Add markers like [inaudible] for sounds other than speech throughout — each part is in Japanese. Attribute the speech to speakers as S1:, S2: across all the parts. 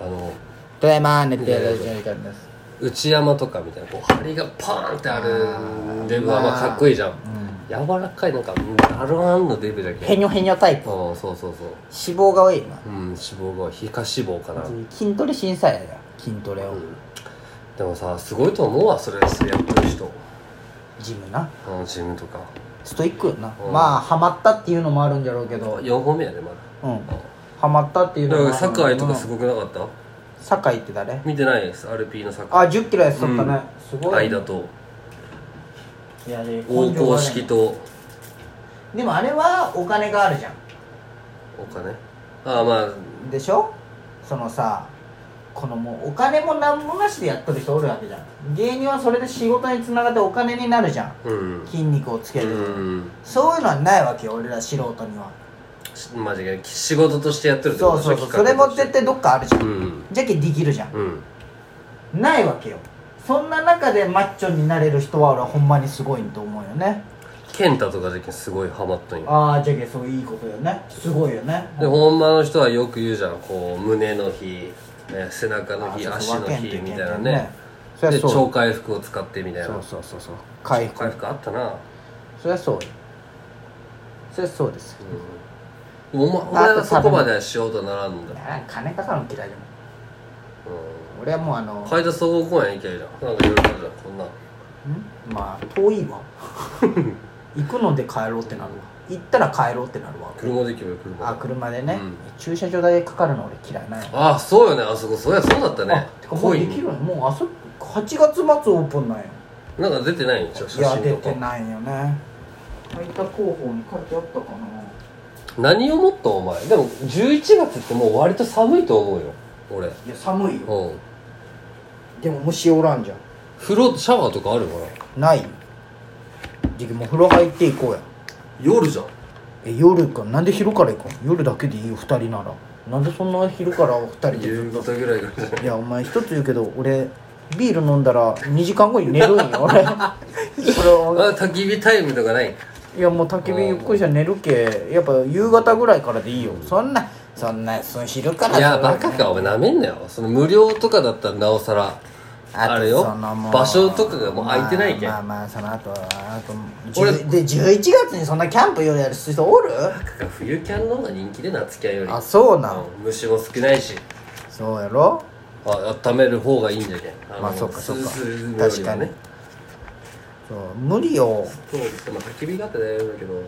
S1: あの
S2: ただいま寝てる時間です
S1: 内山とかみたいなこう針がパーンってあるデブはまあかっこいいじゃん、柔らかいなんかガロアンのデブだけ
S2: へにょへにょタイプ
S1: あ
S2: 脂
S1: あそうそうそう
S2: 肪が多いな
S1: うん脂肪が皮下脂肪かな、
S2: 筋トレ審査やな筋トレを
S1: でもさすごいと思うわそれそれやってる人
S2: ジムな
S1: あのジムとか
S2: ストイックよな
S1: うん
S2: まあハマったっていうのもあるんじゃろうけど
S1: 4本目やねまだ
S2: うんハマったっていう
S1: だ
S2: の
S1: か
S2: も
S1: ら酒井とかす
S2: い
S1: ごくなかった、
S2: 酒井って誰
S1: 見てないです RP の
S2: あ
S1: 酒
S2: 1 0キロ痩せとったねす
S1: 井
S2: ごい
S1: 間と
S2: いやで
S1: 大公式と
S2: でもあれはお金があるじゃ
S1: お金ああまあ
S2: んでしょそのさこのもうお金も何もなしでやっとる人おるわけじゃん芸人はそれで仕事につながってお金になるじゃん
S1: うん
S2: 筋肉をつけ
S1: う
S2: る、
S1: ん
S2: そういうのはないわけよ俺ら素人には
S1: しマジで仕事としてやってるってこと
S2: そ
S1: で
S2: う
S1: し
S2: そ
S1: ょ
S2: うそうそれ
S1: 企画
S2: も
S1: として
S2: 絶対どっかあるじゃん、
S1: うん
S2: じゃけできるじゃん
S1: うん
S2: ないわけよそんな中でマッチョになれる人は俺はほんまにすごいと思うよね
S1: 健太とか最近すごいハマっとんよ
S2: ああじゃけそういいことよねすごいよね
S1: でほんまの人はよく言うじゃんこう胸の日ね背中
S2: あ
S1: の日
S2: ー
S1: 足
S2: そうそう
S1: の
S2: 分け
S1: 日
S2: んと
S1: み
S2: い
S1: たい
S2: けん
S1: な
S2: よ
S1: ね
S2: そり
S1: で
S2: ゃそう
S1: 超回復を使ってみたいな
S2: そうそうそうそう回復
S1: 回復あったな
S2: そりゃそうよそりゃそうですよ
S1: お前
S2: あ
S1: 俺
S2: と
S1: はそこまではしようとならんのだ
S2: あー金かかるの嫌いでも
S1: うん
S2: 俺はもうあの
S1: 海田総合公園行けるじゃんなんかいろいろあるじゃんこんなん
S2: んまあ遠い
S1: [laughs]
S2: わ行くので帰ろうってなるわ行ったら帰ろうってなるわ
S1: 車で行けばいい車
S2: あ車でね、
S1: うん
S2: 駐車場代かかるの俺嫌いなの
S1: ああそうよねあそこそうやそうだったね
S2: あてかもうできるのもうあそ8月末オープンなんよ
S1: なんか出てないんじゃん
S2: い
S1: 写
S2: や
S1: 真
S2: 出
S1: と
S2: て
S1: か
S2: ないよね最多広報に書いてあったかな
S1: 何をもっとお前でも11月ってもう割と寒いと思うよ俺
S2: いや寒いよ
S1: うん
S2: でも虫おらんじゃん
S1: 風呂シャワーとかあるかな
S2: ないよじゃけもう風呂入っていこうや
S1: 夜じゃん
S2: え夜かなんで昼から行こう夜だけでいいよ2人ならなんでそんな昼から2人で
S1: 夕方ぐらいからじゃない
S2: いやお前一つ言うけど俺ビール飲んだら2時間後に寝るんよ
S1: [laughs]
S2: 俺それは
S1: あ焚き火タイムとかない
S2: いやもう焚き火ゆっくりしたら寝るけやっぱ夕方ぐらいからでいいよそんなそんなその昼から
S1: いやバカかお前なめんなよその無料とかだったらなおさら
S2: あと
S1: あれよ
S2: そのもう
S1: 場所とかがもう空いてないけん、
S2: まあまあまあその後あと
S1: 俺
S2: 10で11月にそんなキャンプやる人おる
S1: 冬キャンの方が人気で夏キャンより
S2: あそうなの
S1: うん虫も少ないし
S2: そうやろ
S1: あ温める方がいいんじゃけんの
S2: まあそっかそっか
S1: 涼むよりは
S2: 確かにそう無理よ
S1: そうですまあ焚き火があって大丈夫だけど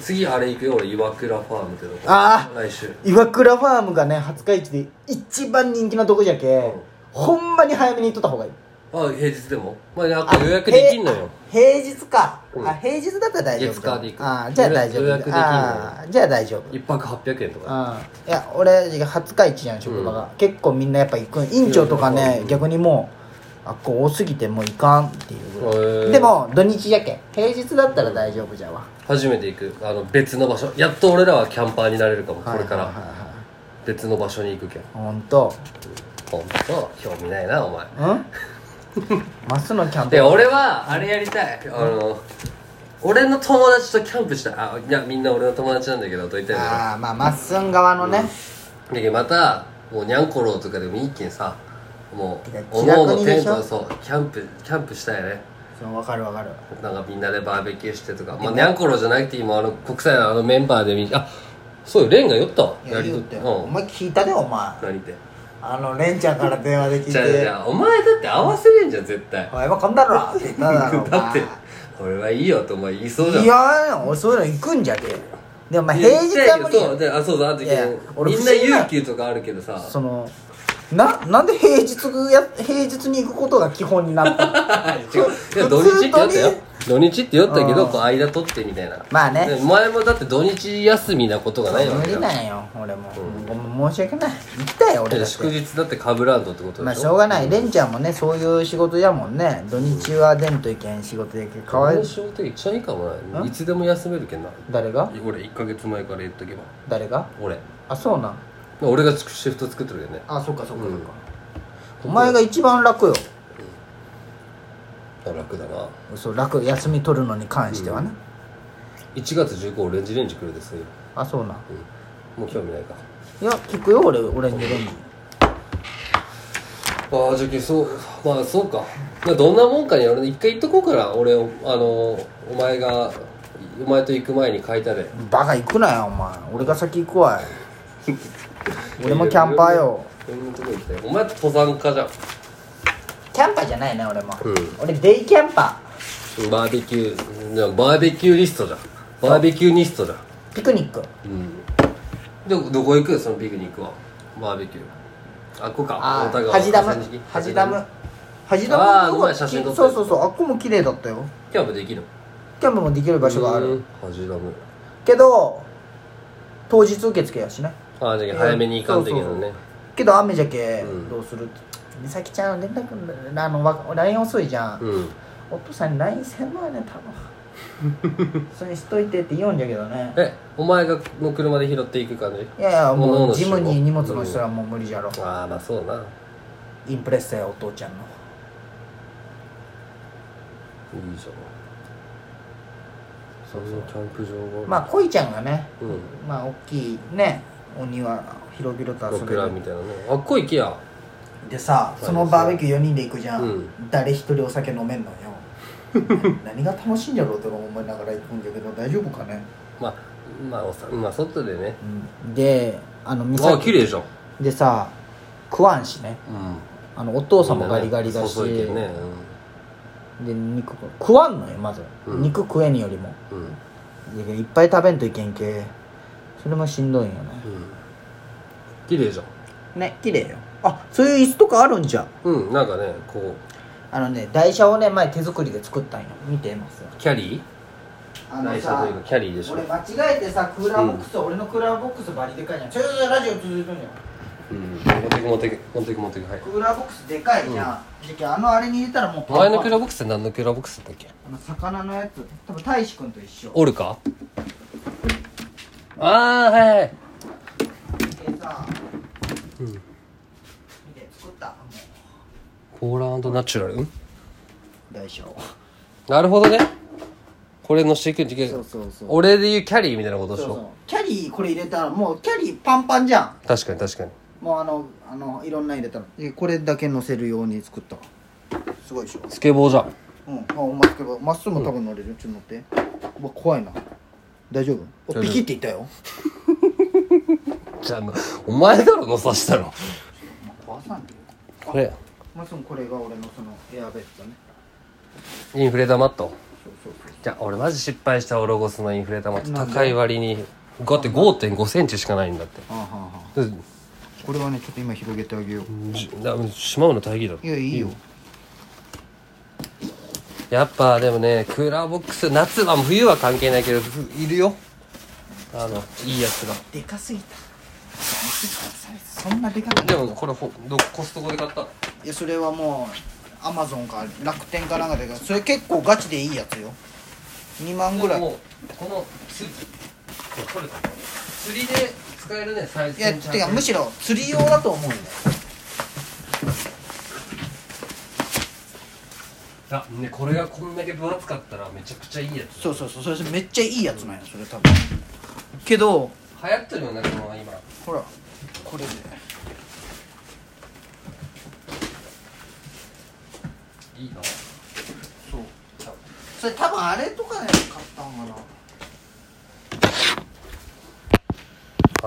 S1: 次あれ行くよ俺岩倉ファームってとこ
S2: あ
S1: 来週
S2: 岩倉ファームがね廿日市で一番人気なとこじゃけ、
S1: ん
S2: ほんまに早めに行っとった方がいい
S1: あ平日でもまあなんか予約できんのよ
S2: へい平日か、
S1: うん
S2: あ平日だったら大丈夫
S1: 月火で行く
S2: あーじゃあ大丈夫
S1: 予約できんのよ
S2: あーじゃあ大丈夫
S1: 一泊800円とか
S2: うんいや俺20日市じゃん職場が、結構みんなやっぱ行くん院長とかね、
S1: うん
S2: 逆にもうあこう多すぎてもう行かんっていうぐら
S1: へ
S2: い
S1: ー
S2: でも土日じゃけん平日だったら大丈夫じゃわ、
S1: 初めて行くあの別の場所やっと俺らはキャンパーになれるかも
S2: はい
S1: これか
S2: はいはい
S1: ら
S2: はい
S1: 別の場所に行くけん
S2: ほんと
S1: ほんと興味ないなお前
S2: うん
S1: [laughs]
S2: マスのキャンプ
S1: で俺はあれやりたいあの俺の友達とキャンプしたいあいやみんな俺の友達なんだけどと言ったら
S2: ああまあまっすん側のね、
S1: だけどまたもうにゃんころうとかでもいいけんさも
S2: てか
S1: うおのおの
S2: 気楽にで
S1: テ
S2: し
S1: ン
S2: ょ
S1: トそうキャンプキャンプしたいね
S2: そうわかるわかる
S1: なんかみんなでバーベキューしてとか、まあ、にゃんころじゃなくて今あの国際のあのメンバーでみんなあそうよレンが酔ったわ
S2: いや言
S1: と
S2: うて、
S1: うん
S2: お前聞いたでお前
S1: 何って
S2: あのレンちゃんから電話で聞い
S1: じゃあじ
S2: て
S1: ゃあお前だって合わせれんじゃん絶対
S2: 「お前はこんだろ」って言っただろお
S1: [laughs]
S2: 前
S1: だって俺はいいよとお前言いそうじゃん
S2: いや俺そういうの行くんじゃけでもまあ平日は無理
S1: そう
S2: よ
S1: であそうだあと
S2: いや俺
S1: みんな有給とかあるけどさ
S2: そのななんで平日や平日に行くことが基本になっ
S1: [laughs]
S2: たの
S1: 違ういや土日って酔ったよ土日って酔ったけ
S2: う
S1: ど
S2: ん
S1: こう間取ってみたいな
S2: まあね
S1: で前もだって土日休みなことがないわ
S2: 無
S1: けじゃ
S2: 理
S1: ん
S2: なんよ俺も、ごめん申し訳ない行ったよ俺だ
S1: で
S2: っ
S1: 祝
S2: て
S1: 日だってかぶらんとってこと
S2: まあ
S1: で
S2: し
S1: し
S2: ょう
S1: ょ
S2: がないレンちゃんもねそういう仕事やもんね土日は出んといけん仕事やけんかわ
S1: 俺
S2: い
S1: の仕事一番いいかもないいつでも休めるけんな
S2: 誰が
S1: 俺1ヶ月前から言っとけば
S2: 誰が
S1: 俺
S2: あそうなん
S1: 俺がシフト作ってるけどね
S2: あそっかそっかそっか、
S1: うん
S2: お前が一番楽よ
S1: 楽だな
S2: そう楽休み取るのに関してはね、
S1: 1月15オレンジレンジ来るですよ
S2: あそうなん
S1: もう興味ないか
S2: いや聞くよ俺オレンジレンジ
S1: ああじゃあそうまあそうか、まあ、どんなもんかによるね一回行っとこうから俺おあのお前がお前と行く前に書いたで
S2: バカ行くなよお前俺が先行く [laughs] わい俺もキャンパーよ
S1: いろんなとこ行きたいお前登山家じゃん
S2: キャンパーじゃないね俺も、
S1: うん
S2: 俺デイキャンパ
S1: バーベキューじゃあバーベキューリストじゃんバーベキューニストじゃん
S2: ーピクニック
S1: うんでどこ行くそのピクニックはバーベキューあっこか
S2: あ
S1: 太田
S2: ー
S1: 川
S2: ハジダム
S1: 河川敷
S2: ハジダムハジ
S1: あー
S2: ダム
S1: ごめん写真撮って
S2: そうそうそうあっこも綺麗だったよ
S1: キャンプできるの
S2: キャンプもできる場所がある
S1: ハジダム
S2: けど当日受付やしね
S1: ああじゃあ早めに行かんといけない
S2: そうそ
S1: ね
S2: けど雨じゃけ
S1: うん
S2: どうするって美咲ちゃん連絡あのわ LINE 遅いじゃん、
S1: うん
S2: お父さんに LINE せんのやね
S1: [laughs]
S2: 多分それにしといてって言うんじゃけどね
S1: えお前がの車で拾っていく感じ
S2: いやいや
S1: おのお
S2: も
S1: の
S2: うジム
S1: し
S2: に
S1: よう
S2: 荷物の人はもう無理じゃろ、
S1: ああまあそうな
S2: インプレッサやお父ちゃんの
S1: いいじゃんそのキャンプ場が
S2: まあ恋ちゃんがね
S1: うん
S2: まあ大きいねお庭広々と遊べ
S1: 僕ら
S2: る
S1: みたいなねあっこ行きや
S2: でさそのバーベキュー4人で行くじゃん、
S1: うん
S2: 誰一人お酒飲めんのよ [laughs] 何が楽しいんじゃろうとか思いながら行くんだけど大丈夫かね、
S1: まあまあおさまあ外でね
S2: であの
S1: ああ綺麗じゃん
S2: でさ食わんしね
S1: うん
S2: あのお父さんもガリガリだし、
S1: そうそういけんね
S2: で肉食わんのよまず、
S1: うん
S2: 肉食えんよりも
S1: うんうん
S2: でいっぱい食べんといけんけそれもしんどいんよね
S1: うん綺麗じゃん
S2: ね綺麗よあそういう椅子とかあるんじゃん
S1: うんなんかねこ
S2: あのね台車をね前手作りで作ったんよ見てます
S1: うキャリ
S2: あ
S1: ー
S2: の
S1: 台車
S2: さ
S1: というかキャリーでしょ
S2: 俺間違えてさクーラーボックス、俺のクーラーボックスバリでかいじゃんちょちょちょラジオ続いてんじゃん
S1: うん持ってく持ってく持ってく持ってくはい
S2: クーラーボックスでかいじゃん、じゃけあのあれに入れたらもう
S1: 前のクーラーボックスって何のクーラーボックスだったっけ
S2: あの魚のやつ多分大志くんと一緒
S1: おるかああはいはい
S2: でさ
S1: うん
S2: 見て作ったも
S1: ポーラナチュラル
S2: う大将
S1: なるほどねこれ乗していくんじゃけ
S2: そうそうそう
S1: 俺で言うキャリーみたいなことでし
S2: そ
S1: ょ
S2: うそうキャリーこれ入れたらもうキャリーパンパンじゃん
S1: 確かに確かに
S2: もうあのあのいろんな入れたらえこれだけ乗せるように作ったすごいでしょ
S1: スケボーじゃん
S2: うんあお前つけばまっすぐも多分乗れるよちょっと乗ってうわ怖いな大丈夫
S1: 丈
S2: お
S1: 夫
S2: ピキっていったよ
S1: じゃあお前だろ乗さしたの
S2: お前壊さんでよ
S1: これ
S2: まっすぐこれが俺のそのエアベッドね
S1: インフレ玉と
S2: そうそうそう
S1: じゃあ俺マジ失敗したオロゴスのインフレ玉って高い割にだって5.5センチしかないんだって
S2: あはあは
S1: で
S2: あこれはねちょっと今広げてあげよう
S1: じだしまうの大義だろ
S2: いやいいよ
S1: やっぱでもねクーラーボックス夏は冬は関係ないけどふいるよあのいいやつが
S2: でかすぎたそんなでかく
S1: で
S2: ない
S1: もこれほどコストコで買った
S2: いやそれはもうアマゾンか楽天かなんかでそれ結構ガチでいいやつよ2万ぐらい
S1: もうこの釣りこれ釣りで使えるねサイズ
S2: いやてかむしろ釣り用だと思うんだよ
S1: あねこれがこんだけ分厚かったらめちゃくちゃいいやつ
S2: そうそうそうそれめっちゃいいやつなんやそれ多分けど
S1: 流行ってるよねこの今
S2: ほらこれで
S1: いいな
S2: そうそれ多分あれとかで買ったんか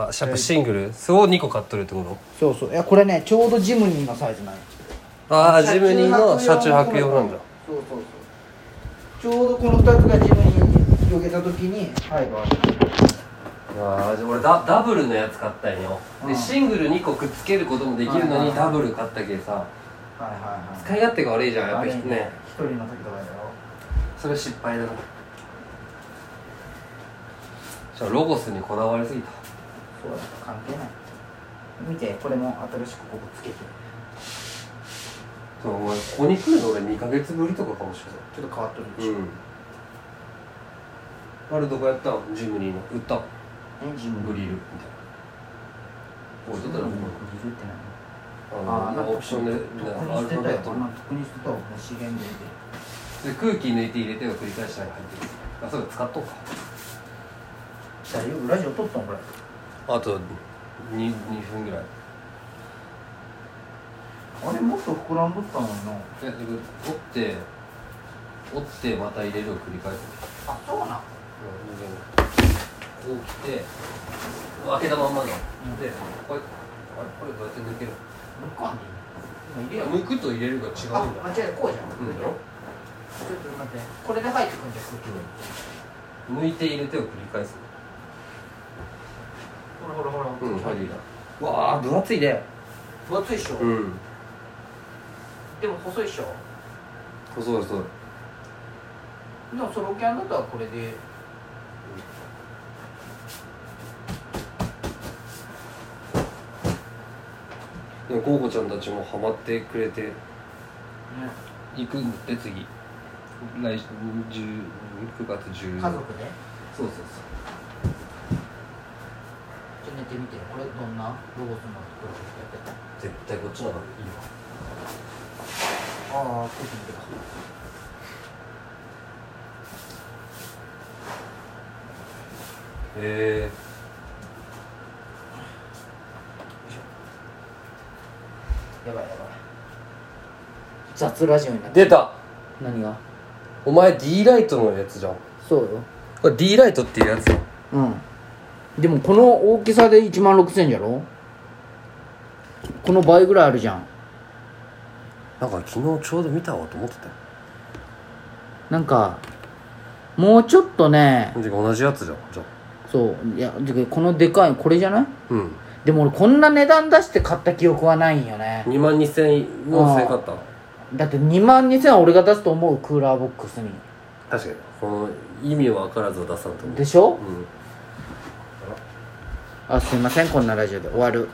S2: な
S1: あシャープシングルそう2個買っとるってこ
S2: そうそういやこれねちょうどジムニーのサイズなんや
S1: とああジムニーの車中泊用なんだ
S2: そうそうそうちょうどこの2つがジムニーに広げた時にはいバー
S1: ああじゃあ俺ダダブルのやつ買ったんよ
S2: う
S1: で
S2: ん
S1: シングル2個くっつけることもできるの
S2: はいはい
S1: に
S2: はい
S1: ダブル買ったけさ
S2: はいはいはい
S1: 使い勝手が悪いじゃんやっぱり
S2: あれ
S1: ね
S2: 一人の時とかだよ
S1: それ失敗だなじゃあロゴスにこだわりすぎた
S2: そうだ関係ない見てこれも新しくここつけて
S1: そうお前ここに来るの俺2ヶ月ぶりとかかもし
S2: ちょっと変わっとる
S1: れ
S2: でし
S1: な
S2: ょ
S1: い、うんあれどこやったんジムニーの売ったん
S2: エンジン
S1: グリルみたいなおいどうだろう
S2: グリルって何
S1: あのオプションで
S2: とっ
S1: みんな
S2: く
S1: ア
S2: に
S1: ル
S2: し
S1: ファ
S2: てた
S1: ベ
S2: よ
S1: ット
S2: あんなとっくにしてたわもう資源で
S1: で空気抜いて入れてを繰り返したら入ってくるあそうだ使っとうか
S2: 大丈夫ラジオ撮ったんこれ
S1: あと 2, 2分ぐらい
S2: あれもっと膨らんどったのにな
S1: えでも折って折ってまた入れるを繰り返す
S2: あそうなん
S1: こう来て開けたまんまの、でこれあれこれどうやって抜ける
S2: 向こうに
S1: いや剥くと入れるが違うんだ
S2: あ間違えたこうじゃん、
S1: うん
S2: ちょっと待ってこれで入ってくんじゃん空気が
S1: 剥いて入れてを繰り返す
S2: ほらほらほら
S1: うん入るだわあ分厚いね
S2: 分厚いっしょ、
S1: ん
S2: でも細いっしょ
S1: そうだそうだ
S2: でもソロキャンだったらこれで
S1: でもゴーゴちゃんたちもハマってくれて行くんだって次来週10 9月10
S2: 家族で
S1: そうそうそう
S2: ちょっと寝てみてこれどんなロゴスの作るやってた
S1: 絶対こっちの方がいいわ
S2: ああ作ってみてか
S1: へえ
S2: やばいやばい雑ラジオになって
S1: 出た
S2: 何が
S1: お前 D ライトのやつじゃん
S2: そうよ
S1: これ D ライトっていうやつだ
S2: うんでもこの大きさで1万6000じゃろこの倍ぐらいあるじゃん
S1: なんか昨日ちょうど見たわと思ってたよ
S2: なんかもうちょっとね
S1: 同じやつじゃんじゃ
S2: そういやてかこのでかいこれじゃない
S1: うん
S2: でも俺こんな値段出して買った記憶はないんよね
S1: 2万2000円のせかった
S2: だって2万2000は俺が出すと思うクーラーボックスに
S1: 確かにこの意味分からずは出さんと思う
S2: でしょ
S1: うん
S2: あすいませんこんなラジオで終わる